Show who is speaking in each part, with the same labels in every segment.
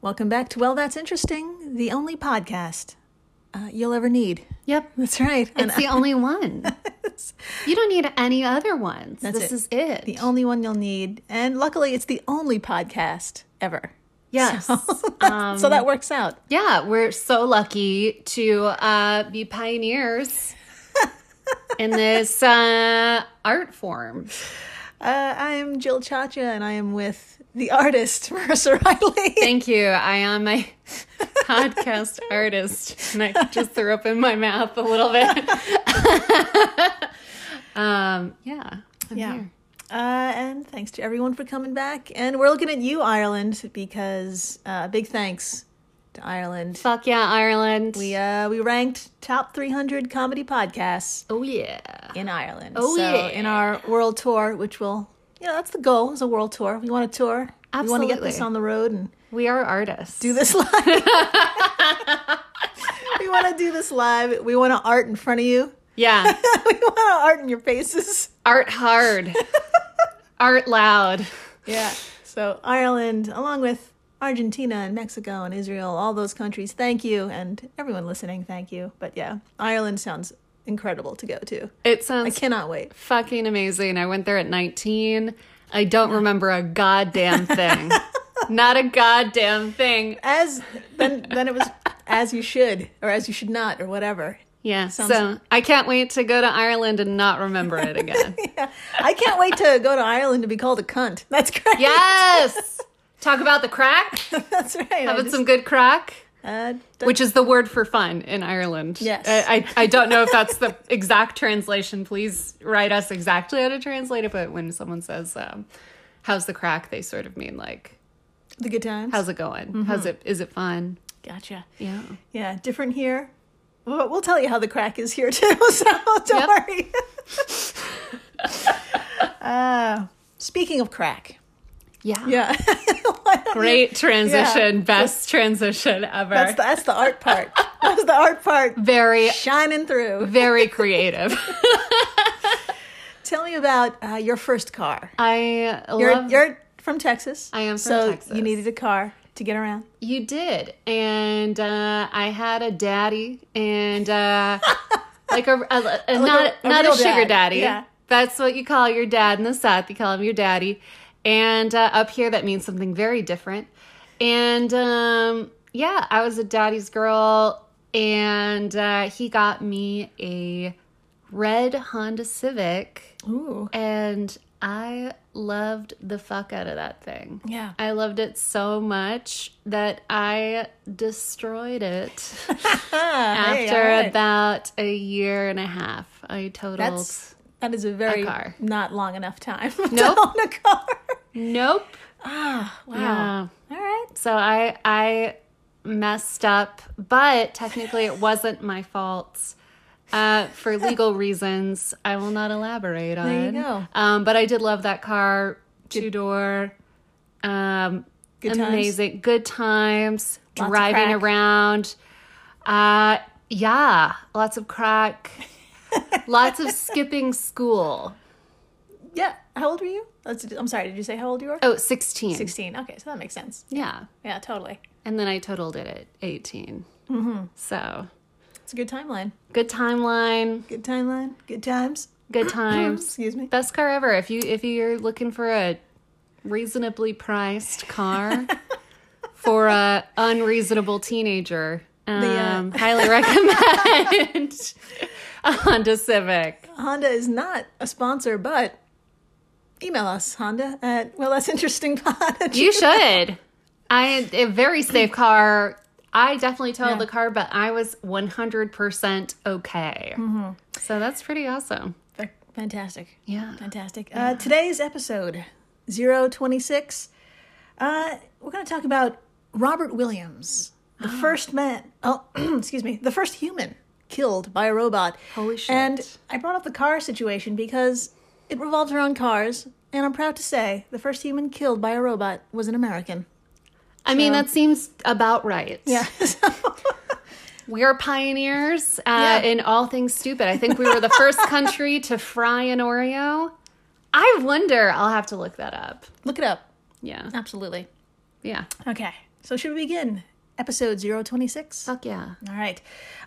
Speaker 1: Welcome back to Well, That's Interesting, the only podcast uh, you'll ever need.
Speaker 2: Yep.
Speaker 1: That's right.
Speaker 2: It's the only one. You don't need any other ones.
Speaker 1: That's
Speaker 2: this
Speaker 1: it.
Speaker 2: is it.
Speaker 1: the only one you'll need. And luckily, it's the only podcast ever.
Speaker 2: yes.
Speaker 1: so
Speaker 2: Um,
Speaker 1: that works out.
Speaker 2: yeah, we're so lucky to uh, be pioneers in this uh, art form.
Speaker 1: Uh, I am Jill Chacha, and I am with the artist, Marissa Riley.
Speaker 2: Thank you. I am a podcast artist. And I just threw up in my mouth a little bit. um, yeah. I'm
Speaker 1: Yeah.
Speaker 2: here.
Speaker 1: Uh, and thanks to everyone for coming back. And we're looking at you, Ireland, because uh, big thanks to Ireland.
Speaker 2: Fuck yeah, Ireland.
Speaker 1: We, uh, we ranked top 300 comedy podcasts
Speaker 2: oh, yeah.
Speaker 1: in Ireland.
Speaker 2: Oh,
Speaker 1: so
Speaker 2: yeah.
Speaker 1: in our world tour, which will, you know, that's the goal is a world tour. We want to tour. We want to get this
Speaker 2: Absolutely.
Speaker 1: on the road and
Speaker 2: We are artists.
Speaker 1: do this live. we want to do this live. We want to art in front of you.
Speaker 2: yeah.
Speaker 1: we want to art in your faces.
Speaker 2: Art hard. Art loud.
Speaker 1: Yeah. So Ireland, along with Argentina and Mexico and Israel, all those countries, thank you. And everyone listening, thank you. But yeah, Ireland sounds incredible to go to.
Speaker 2: It
Speaker 1: I
Speaker 2: sounds
Speaker 1: cannot wait.
Speaker 2: fucking amazing. I went there at 19. I don't remember a goddamn thing. Not a goddamn thing.
Speaker 1: As then, then it was as you should, or as you should not, or whatever.
Speaker 2: Yeah. So I can't wait to go to Ireland and not remember it again.
Speaker 1: I can't wait to go to Ireland to be called a cunt. That's great.
Speaker 2: yes. Talk about the crack.
Speaker 1: that's right. I
Speaker 2: Having
Speaker 1: just,
Speaker 2: some good crack.
Speaker 1: uh, d-
Speaker 2: Which is the word for fun in Ireland.
Speaker 1: Yes.
Speaker 2: I, I, I don't know if that's the exact translation. Please write us exactly how to translate it. But when someone says, um, how's the crack, they sort of mean like,
Speaker 1: the good times.
Speaker 2: how's it going? How's it, is it fun?
Speaker 1: gotcha.
Speaker 2: Mm-hmm. Yeah.
Speaker 1: Yeah, different here. We'll, we'll tell you how the crack is here too, so don't
Speaker 2: Yep.
Speaker 1: worry. uh, speaking of crack,
Speaker 2: Yeah.
Speaker 1: yeah, Why don't you-
Speaker 2: Great transition. Best transition ever.
Speaker 1: that's the, that's the art part. That's the art part
Speaker 2: very,
Speaker 1: shining through.
Speaker 2: very creative.
Speaker 1: Tell me about uh, your first car.
Speaker 2: I
Speaker 1: You're
Speaker 2: love
Speaker 1: you're from Texas.
Speaker 2: I am from
Speaker 1: so
Speaker 2: Texas.
Speaker 1: you needed a car to get around.
Speaker 2: You did. And uh, I had a daddy and uh, like a, a- a- not
Speaker 1: a
Speaker 2: not
Speaker 1: real
Speaker 2: a sugar
Speaker 1: dad.
Speaker 2: daddy.
Speaker 1: Yeah.
Speaker 2: That's what you call your dad in the South. You call him your daddy. And uh, up here that means something very different. And um, yeah, I was a daddy's girl and uh, he got me a red Honda Civic
Speaker 1: Ooh,
Speaker 2: and I loved the fuck out of that thing.
Speaker 1: Yeah.
Speaker 2: I loved it so much that I destroyed it
Speaker 1: Ah,
Speaker 2: after about a year and a half. I totaled
Speaker 1: that's that is a very
Speaker 2: car.
Speaker 1: not long enough time
Speaker 2: Nope.
Speaker 1: to own a car.
Speaker 2: Nope.
Speaker 1: Ah, wow.
Speaker 2: Yeah.
Speaker 1: All right.
Speaker 2: So I I messed up, but technically it wasn't my fault. Uh, for legal reasons, I will not elaborate on.
Speaker 1: There you go.
Speaker 2: Um, but I did love that car, two door, um,
Speaker 1: Good times.
Speaker 2: amazing, good times
Speaker 1: of
Speaker 2: driving
Speaker 1: crack.
Speaker 2: around. Uh, yeah, lots of crack, lots of skipping school.
Speaker 1: Yeah. How old were you? That's, I'm sorry. Did you say how old you were?
Speaker 2: Oh, 16.
Speaker 1: 16. Okay. So that makes sense.
Speaker 2: Yeah,
Speaker 1: Yeah, totally.
Speaker 2: and then I totaled it at 18.
Speaker 1: Mm-hmm.
Speaker 2: So
Speaker 1: It's a good timeline.
Speaker 2: good timeline
Speaker 1: Good timeline. Good times.
Speaker 2: good times
Speaker 1: Excuse me.
Speaker 2: best car ever if you if you're looking for a reasonably priced car for a unreasonable teenager um,
Speaker 1: uh,
Speaker 2: highly recommend a honda civic
Speaker 1: Honda is not a sponsor, but email us, Honda, at well, that's interesting pod.
Speaker 2: you should i a very safe car i definitely totaled the car but i was 100% okay so that's pretty awesome
Speaker 1: Fantastic.
Speaker 2: yeah
Speaker 1: Fantastic. Uh, today's episode, 026, uh, we're going to talk about Robert Williams, the
Speaker 2: Ah.
Speaker 1: first man, oh, excuse me, the first human killed by a robot.
Speaker 2: Holy shit.
Speaker 1: And I brought up the car situation because it revolves around cars, and I'm proud to say the first human killed by a robot was an American.
Speaker 2: i mean that seems about right
Speaker 1: Yeah.
Speaker 2: We are pioneers uh,
Speaker 1: Yeah.
Speaker 2: in all things stupid. I think we were the first country to fry an Oreo. I wonder. I'll have to look that up.
Speaker 1: Look it up.
Speaker 2: Yeah.
Speaker 1: Absolutely.
Speaker 2: Yeah.
Speaker 1: Okay. So, should we begin episode 026?
Speaker 2: Fuck yeah.
Speaker 1: All right.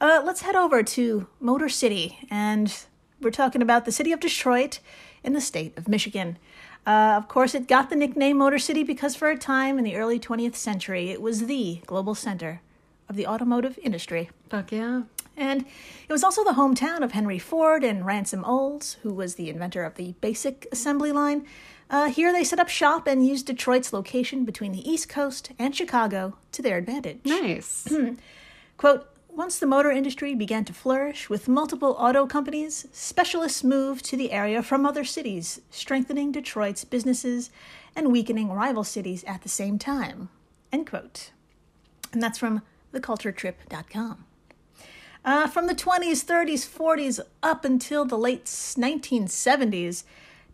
Speaker 1: Uh, let's head over to Motor City. And we're talking about the city of Detroit in the state of Michigan. Uh, of course, it got the nickname Motor City because for a time in the early 20th century, it was the global center of the automotive industry.
Speaker 2: Fuck yeah.
Speaker 1: And it was also the hometown of Henry Ford and Ransom Olds, who was the inventor of the basic assembly line. Uh, here they set up shop and used Detroit's location between the East Coast and Chicago to their advantage.
Speaker 2: Nice.
Speaker 1: Quote, once the motor industry began to flourish with multiple auto companies, specialists moved to the area from other cities, strengthening Detroit's businesses and weakening rival cities at the same time. End quote. And that's from theculturetrip.com. Uh, from the 20s, 30s, 40s, up until the late 1970s,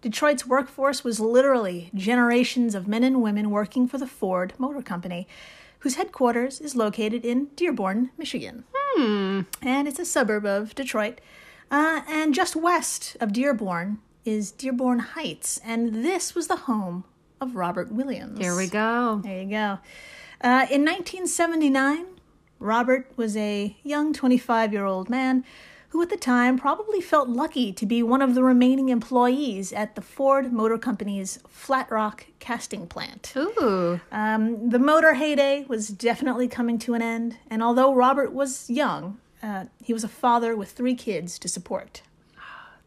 Speaker 1: Detroit's workforce was literally generations of men and women working for the Ford Motor Company, whose headquarters is located in Dearborn, Michigan. And it's a suburb of Detroit. Uh, and just west of Dearborn is Dearborn Heights, and this was the home of Robert Williams.
Speaker 2: Here we go.
Speaker 1: There you go. Uh, in 1979, Robert was a young 25 year old man who, at the time, probably felt lucky to be one of the remaining employees at the Ford Motor Company's Flat Rock casting plant.
Speaker 2: Ooh.
Speaker 1: Um, the motor heyday was definitely coming to an end, and although Robert was young, uh, he was a father with three kids to support.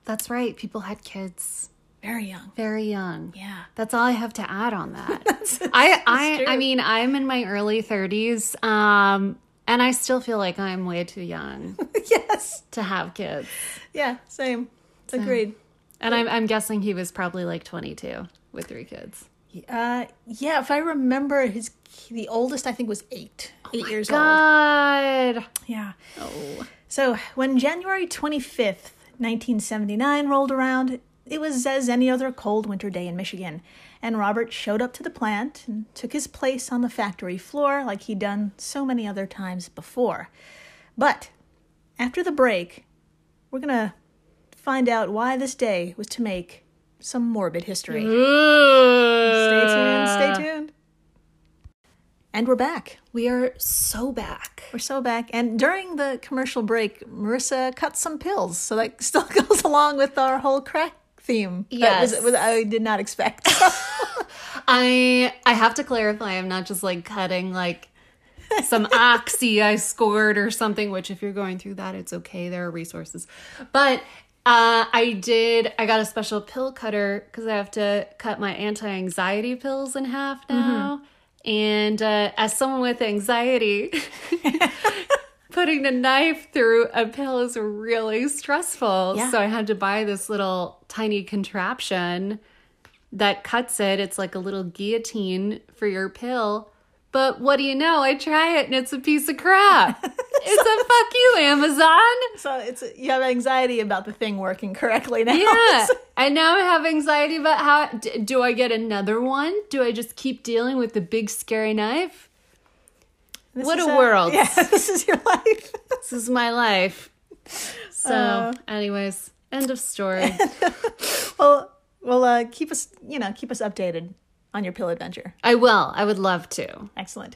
Speaker 2: That's right. People had kids
Speaker 1: Very young.
Speaker 2: very young.
Speaker 1: Yeah.
Speaker 2: That's all I have to add on that. I I I mean, I'm in my early 30s um and I still feel like I'm way too young
Speaker 1: yes.
Speaker 2: to have kids.
Speaker 1: Yeah, same. Agreed.
Speaker 2: And I'm I'm guessing he was probably like 22 with three kids.
Speaker 1: Uh, yeah, if I remember, his the oldest I think was eight, eight years old.
Speaker 2: God.
Speaker 1: Yeah.
Speaker 2: Oh.
Speaker 1: So when January 25th, 1979 rolled around, it was as any other cold winter day in Michigan, and Robert showed up to the plant and took his place on the factory floor like he'd done so many other times before. But after the break, we're gonna find out why this day was to make some morbid history. Stay tuned, stay tuned. And we're back.
Speaker 2: We are so back.
Speaker 1: We're so back. And during the commercial break, Marissa cut some pills. So that still goes along with our whole crack theme. That was-
Speaker 2: Yes.
Speaker 1: was- I did not expect.
Speaker 2: I I have to clarify. I'm not just like cutting like some oxy I scored or something. Which if you're going through that, it's okay. There are resources. But uh, I did. I got a special pill cutter because I have to cut my anti-anxiety pills in half now. And uh, as someone with anxiety. Putting a knife through a pill is really stressful.
Speaker 1: Yeah.
Speaker 2: So I had to buy this little tiny contraption that cuts it. It's like a little guillotine for your pill. But what do you know? I try it and it's a piece of crap. it's a fuck you, Amazon.
Speaker 1: so it's you have anxiety about the thing working correctly now.
Speaker 2: Yeah. And now I have anxiety about how d- do I get another one? Do I just keep dealing with the big scary knife?
Speaker 1: This
Speaker 2: what
Speaker 1: is
Speaker 2: a world.
Speaker 1: Yeah, this is your life.
Speaker 2: This is my life. So,
Speaker 1: Uh.
Speaker 2: anyways, end of story.
Speaker 1: well, well, uh, keep us, you know, keep us updated on your pill adventure.
Speaker 2: I will. I would love to.
Speaker 1: Excellent.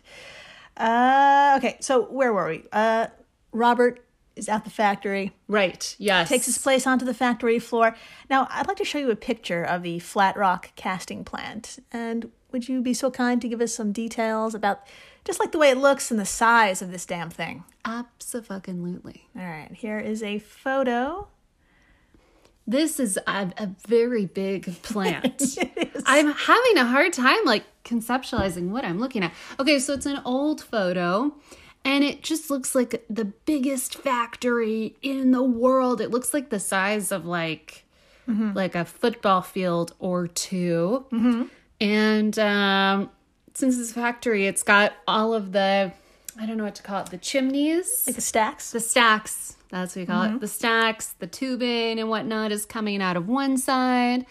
Speaker 1: Uh, okay, so where were we? Uh, Robert is at the factory.
Speaker 2: Right. Yes.
Speaker 1: takes its place onto the factory floor. Now, I'd like to show you a picture of the Flat Rock casting plant. And would you be so kind to give us some details about just like the way it looks and the size of this damn thing?
Speaker 2: Absolutely.
Speaker 1: All right, here is a photo.
Speaker 2: This is a, a very big plant. I'm having a hard time like conceptualizing what I'm looking at. Okay, so it's an old photo and it just looks like the biggest factory in the world. It looks like the size of like like a football field or 2 And um since it's a factory, it's got all of the I don't know what to call it, the chimneys
Speaker 1: Like the stacks.
Speaker 2: the stacks that's what we call
Speaker 1: Mm-hmm.
Speaker 2: it the stacks the tubing and whatnot is coming out of one side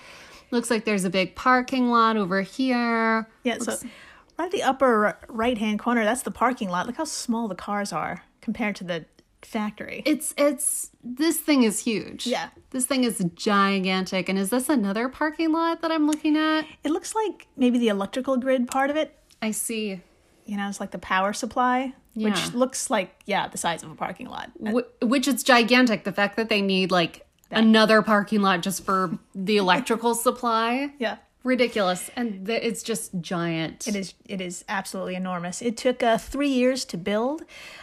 Speaker 2: looks like there's a big parking lot over here
Speaker 1: Yeah, so right at the upper right hand corner, that's the parking lot. Look how small the cars are compared to the factory.
Speaker 2: it's it's this thing is huge
Speaker 1: Yeah.
Speaker 2: this thing is gigantic and is this another parking lot that i'm looking at
Speaker 1: It looks like maybe the electrical grid part of it.
Speaker 2: i see
Speaker 1: you know, it's like the power supply,
Speaker 2: Yeah.
Speaker 1: which looks like, yeah, the size of a parking lot.
Speaker 2: Wh- which is gigantic. The fact that they need like another parking lot just for the electrical supply.
Speaker 1: Yeah.
Speaker 2: Ridiculous. And th- it's just giant.
Speaker 1: It is, it is absolutely enormous. It took uh, three years to build.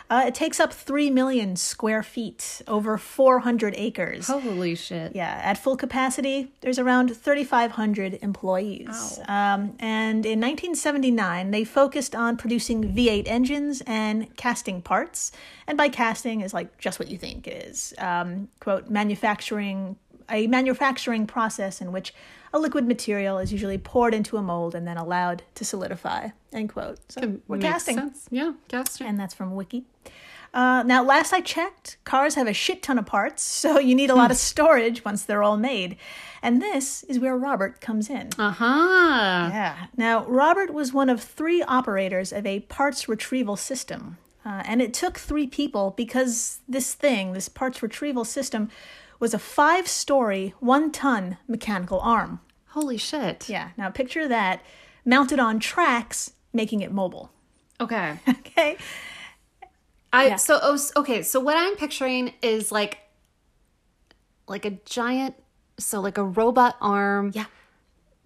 Speaker 1: Uh, it takes up 3 million square feet, over 400 acres.
Speaker 2: Holy shit.
Speaker 1: Yeah, at full capacity, there's around 3,500 employees. Um, and in 1979, they focused on producing V8 engines and casting parts. And by casting is like just what you think it is. Um, quote, manufacturing, a manufacturing process in which a liquid material is usually poured into a mold and then allowed to solidify, end quote. So we're
Speaker 2: Makes
Speaker 1: casting.
Speaker 2: sense. Yeah, casting.
Speaker 1: And that's from Wiki. Uh, now, last I checked, cars have a shit ton of parts, so you need a lot of
Speaker 2: Hmm.
Speaker 1: storage once they're all made. And this is where Robert comes in.
Speaker 2: Uh huh.
Speaker 1: Yeah. Now, Robert was one of three operators of a parts retrieval system. Uh, and it took three people because this thing, this parts retrieval system, was a five story, one ton mechanical arm.
Speaker 2: Holy shit.
Speaker 1: Yeah. Now, picture that mounted on tracks, making it mobile.
Speaker 2: Okay.
Speaker 1: Okay.
Speaker 2: I so oh, s- okay. So what I'm picturing is like like a giant, so like a robot arm.
Speaker 1: Yeah.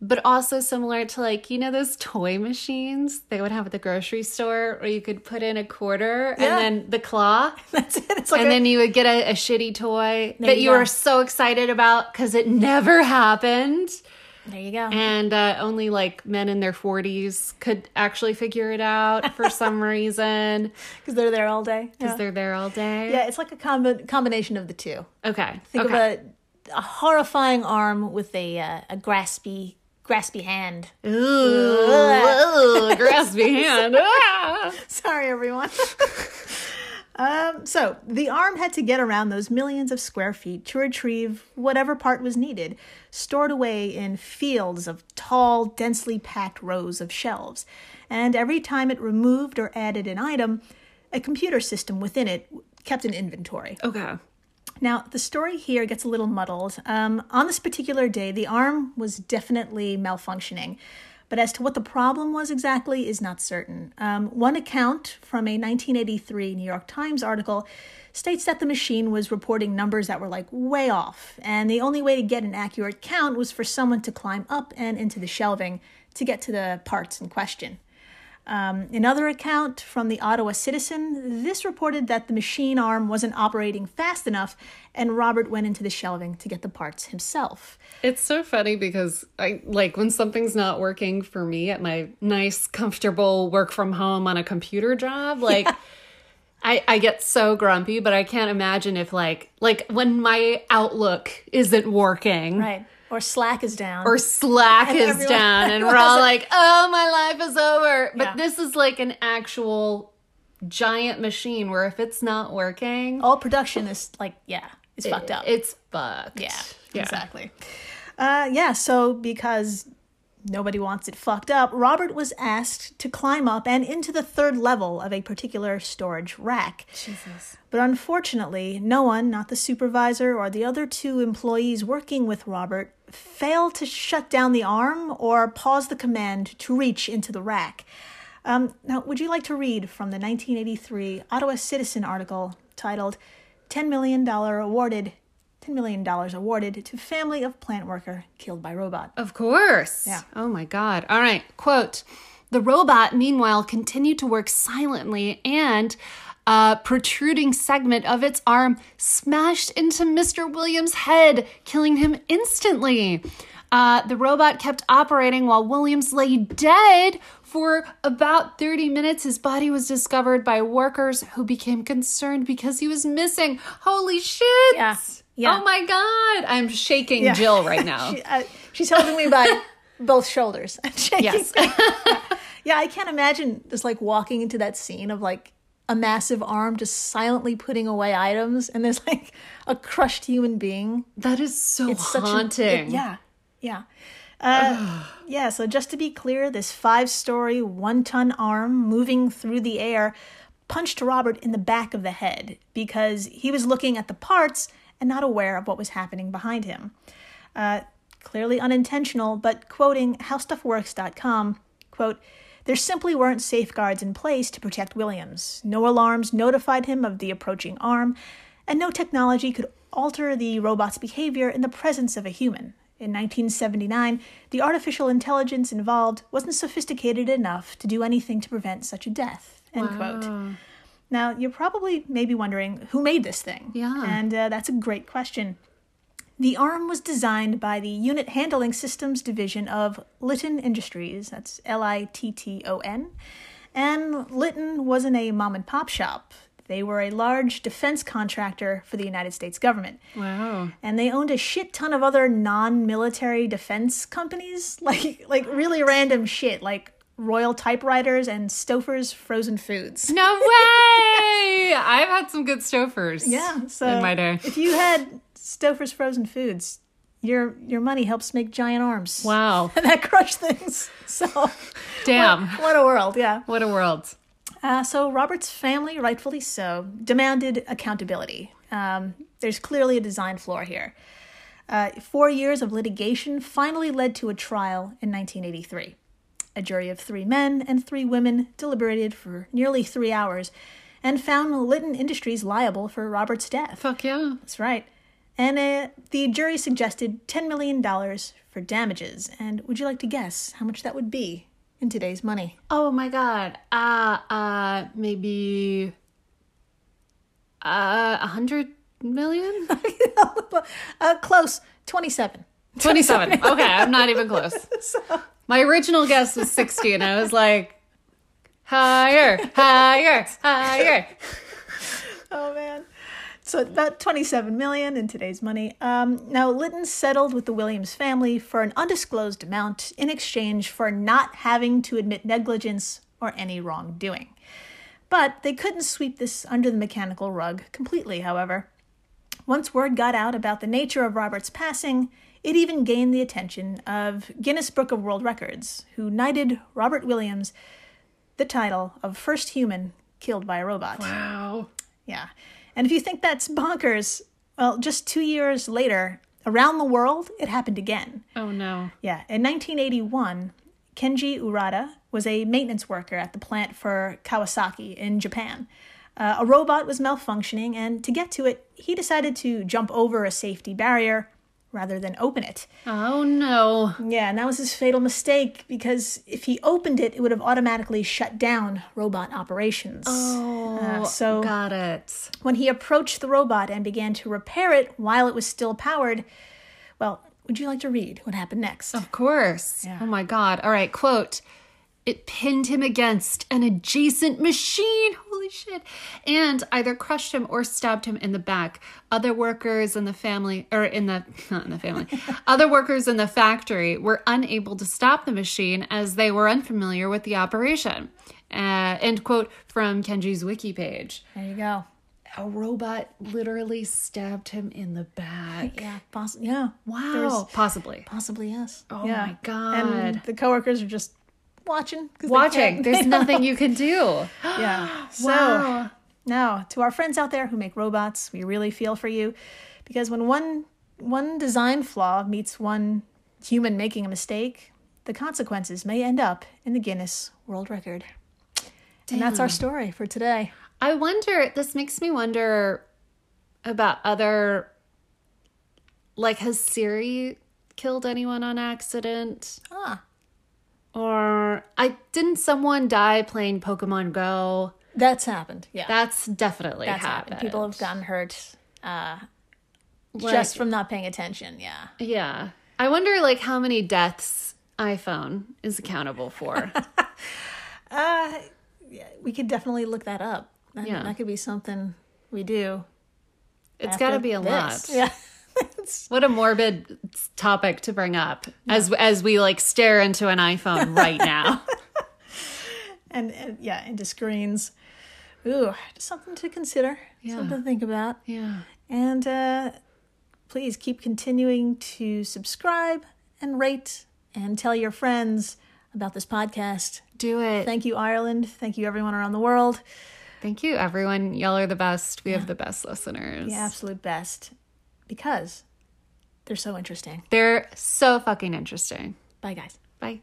Speaker 2: but also similar to like you know those toy machines they would have at the grocery store where you could put in a quarter
Speaker 1: Yeah.
Speaker 2: and then the claw
Speaker 1: That's it. It's like
Speaker 2: and
Speaker 1: a-
Speaker 2: then you would get a, a shitty toy that
Speaker 1: you
Speaker 2: you
Speaker 1: go.
Speaker 2: were so excited about because it never happened
Speaker 1: there you go.
Speaker 2: and uh, only like men in their 40s could actually figure it out for some reason
Speaker 1: because they're there all day.
Speaker 2: because
Speaker 1: Yeah.
Speaker 2: they're there all day
Speaker 1: Yeah, it's like a combi- combination of the two.
Speaker 2: okay
Speaker 1: Think
Speaker 2: okay
Speaker 1: of a, a horrifying arm with a uh, a graspy graspy hand.
Speaker 2: ooh, ooh grasp me hand Ah!
Speaker 1: Sorry, everyone. um, so the arm had to get around those millions of square feet to retrieve whatever part was needed, stored away in fields of tall, densely packed rows of shelves. And every time it removed or added an item, a computer system within it kept an inventory.
Speaker 2: okay
Speaker 1: Now, the story here gets a little muddled. Um, on this particular day, the arm was definitely malfunctioning, but as to what the problem was exactly is not certain. Um, one account from a 1983 New York Times article states that the machine was reporting numbers that were like way off, and the only way to get an accurate count was for someone to climb up and into the shelving to get to the parts in question. Um, another account from the Ottawa Citizen, this reported that the machine arm wasn't operating fast enough, and Robert went into the shelving to get the parts himself.
Speaker 2: It's so funny because I like when something's not working for me at my nice, comfortable work from home on a computer job, like I, I get so grumpy, but I can't imagine if like like when my outlook isn't working
Speaker 1: Right. Or Slack is down.
Speaker 2: or Slack is
Speaker 1: everyone-
Speaker 2: down and we're
Speaker 1: everyone
Speaker 2: all
Speaker 1: else-
Speaker 2: like, oh my life is over. But
Speaker 1: Yeah.
Speaker 2: this is like an actual giant machine where if it's not working,
Speaker 1: all production is like, yeah, it's fucked up.
Speaker 2: it's fucked.
Speaker 1: Yeah, exactly. Uh, yeah, so because nobody wants it fucked up, Robert was asked to climb up and into the third level of a particular storage rack. Jesus. But unfortunately, no one, not the supervisor or the other two employees working with Robert, failed to shut down the arm or pause the command to reach into the rack. Um, now, would you like to read from the 1983 Ottawa Citizen article titled $10 million awarded $10 million awarded to family of plant worker killed by robot?
Speaker 2: Of course.
Speaker 1: Yeah.
Speaker 2: Oh my God. All right. Quote The robot, meanwhile, continued to work silently and a protruding segment of its arm smashed into Mr. Williams' head, killing him instantly. Uh, the robot kept operating while Williams lay dead for about 30 minutes. His body was discovered by workers who became concerned because he was missing. Holy shit!
Speaker 1: Yeah. Yeah.
Speaker 2: Oh my God. I'm shaking Jill right now.
Speaker 1: She, uh, she's holding me by both shoulders. I'm shaking.
Speaker 2: Yes.
Speaker 1: Yeah, I can't imagine just like walking into that scene of like a massive arm just silently putting away items and there's like a crushed human being
Speaker 2: That is so
Speaker 1: such an-
Speaker 2: haunting.
Speaker 1: it- yeah, yeah. Uh, yeah, so just to be clear, this five story, one ton arm moving through the air punched Robert in the back of the head because he was looking at the parts and not aware of what was happening behind him. Uh, clearly unintentional, but quoting howstuffworks.com, quote, There simply weren't safeguards in place to protect Williams. No alarms notified him of the approaching arm, and no technology could alter the robot's behavior in the presence of a human. In 1979, the artificial intelligence involved wasn't sophisticated enough to do anything to prevent such a death. End quote. Now, you're probably maybe wondering who made this thing?
Speaker 2: Yeah.
Speaker 1: And uh, that's a great question. The arm was designed by the Unit Handling Systems Division of Litton Industries. That's L I T T O N. And Litton wasn't a mom and pop shop. They were a large defense contractor for the United States government.
Speaker 2: Wow.
Speaker 1: And they owned a shit ton of other non military defense companies, like like really random shit, like Royal Typewriters and Stouffer's Frozen Foods.
Speaker 2: No way! I've had some good stofers.
Speaker 1: Yeah, so
Speaker 2: in my day.
Speaker 1: if you had Stouffer's Frozen Foods, your your money helps make giant arms.
Speaker 2: Wow.
Speaker 1: And that crushed things. So
Speaker 2: Damn.
Speaker 1: what a world, yeah.
Speaker 2: What a world.
Speaker 1: Uh, so Robert's family, rightfully so, demanded accountability. Um, there's clearly a design flaw here. Uh, four years of litigation finally led to a trial in 1983. A jury of three men and three women deliberated for nearly three hours and found Litton Industries liable for Robert's death.
Speaker 2: Fuck yeah.
Speaker 1: That's right. And uh, the jury suggested $10 million for damages. And would you like to guess how much that would be in today's money?
Speaker 2: Oh my god. Uh uh maybe uh a hundred million?
Speaker 1: uh, close, 27.
Speaker 2: Twenty seven. Okay, I'm not even close. My original guess was sixty and I was like higher, higher, higher.
Speaker 1: Oh, man. So about 27 million in today's money. Um, now, Litton settled with the Williams family for an undisclosed amount in exchange for not having to admit negligence or any wrongdoing. But they couldn't sweep this under the mechanical rug completely, however. Once word got out about the nature of Robert's passing, it even gained the attention of Guinness Book of World Records, who knighted Robert Williams the title of first human killed by a robot.
Speaker 2: Wow.
Speaker 1: Yeah. And if you think that's bonkers, well, just two years later, around the world, it happened again.
Speaker 2: Oh no.
Speaker 1: Yeah. In 1981, Kenji Urata was a maintenance worker at the plant for Kawasaki in Japan. Uh, a robot was malfunctioning, and to get to it, he decided to jump over a safety barrier rather than open it.
Speaker 2: Oh no.
Speaker 1: Yeah, and that was his fatal mistake because if he opened it, it would have automatically shut down robot operations. Oh, so
Speaker 2: Got it.
Speaker 1: when he approached the robot and began to repair it while it was still powered. Well, would you like to read what happened next?
Speaker 2: Of course. Oh my God. All right. Quote It pinned him against an adjacent machine. Holy shit. And either crushed him or stabbed him in the back. Other workers in the family, or in the, not in the family, other workers in the factory were unable to stop the machine as they were unfamiliar with the operation. Uh, end quote from Kenji's wiki page.
Speaker 1: There you go.
Speaker 2: A robot literally stabbed him in the back.
Speaker 1: Yeah, poss- yeah,
Speaker 2: Wow.
Speaker 1: There's-
Speaker 2: Possibly.
Speaker 1: possibly yes. Oh
Speaker 2: my God.
Speaker 1: And the coworkers are just watching. 'cause they
Speaker 2: Watching.
Speaker 1: can't-
Speaker 2: There's nothing you can do.
Speaker 1: yeah. So
Speaker 2: Wow.
Speaker 1: now, to our friends out there who make robots, we really feel for you, because when one one design flaw meets one human making a mistake, the consequences may end up in the Guinness World Record. And that's our story for today.
Speaker 2: I wonder, this makes me wonder about other, like, has Siri killed anyone on accident?
Speaker 1: Ah.
Speaker 2: Or I didn't someone die playing Pokemon Go?
Speaker 1: That's happened. Yeah.
Speaker 2: That's definitely
Speaker 1: That's happened.
Speaker 2: happened.
Speaker 1: People have gotten hurt uh,
Speaker 2: Like,
Speaker 1: just from not paying attention. Yeah.
Speaker 2: yeah. I wonder, like, how many deaths iPhone is accountable for.
Speaker 1: We could definitely look that up. That,
Speaker 2: Yeah.
Speaker 1: that could be something we do.
Speaker 2: it's got to
Speaker 1: after
Speaker 2: be a
Speaker 1: this.
Speaker 2: lot.
Speaker 1: Yeah.
Speaker 2: What a morbid topic to bring up as as we like stare into an iPhone right now.
Speaker 1: and, and yeah, into screens. Ooh, just something to consider. Something to think about.
Speaker 2: yeah.
Speaker 1: And uh, please keep continuing to subscribe and rate and tell your friends about this podcast.
Speaker 2: Do it.
Speaker 1: Thank you, Ireland. Thank you, everyone around the world.
Speaker 2: Thank you, everyone. Y'all are the best. We have the best listeners.
Speaker 1: The absolute best because they're so interesting.
Speaker 2: They're so fucking interesting.
Speaker 1: Bye, guys.
Speaker 2: Bye.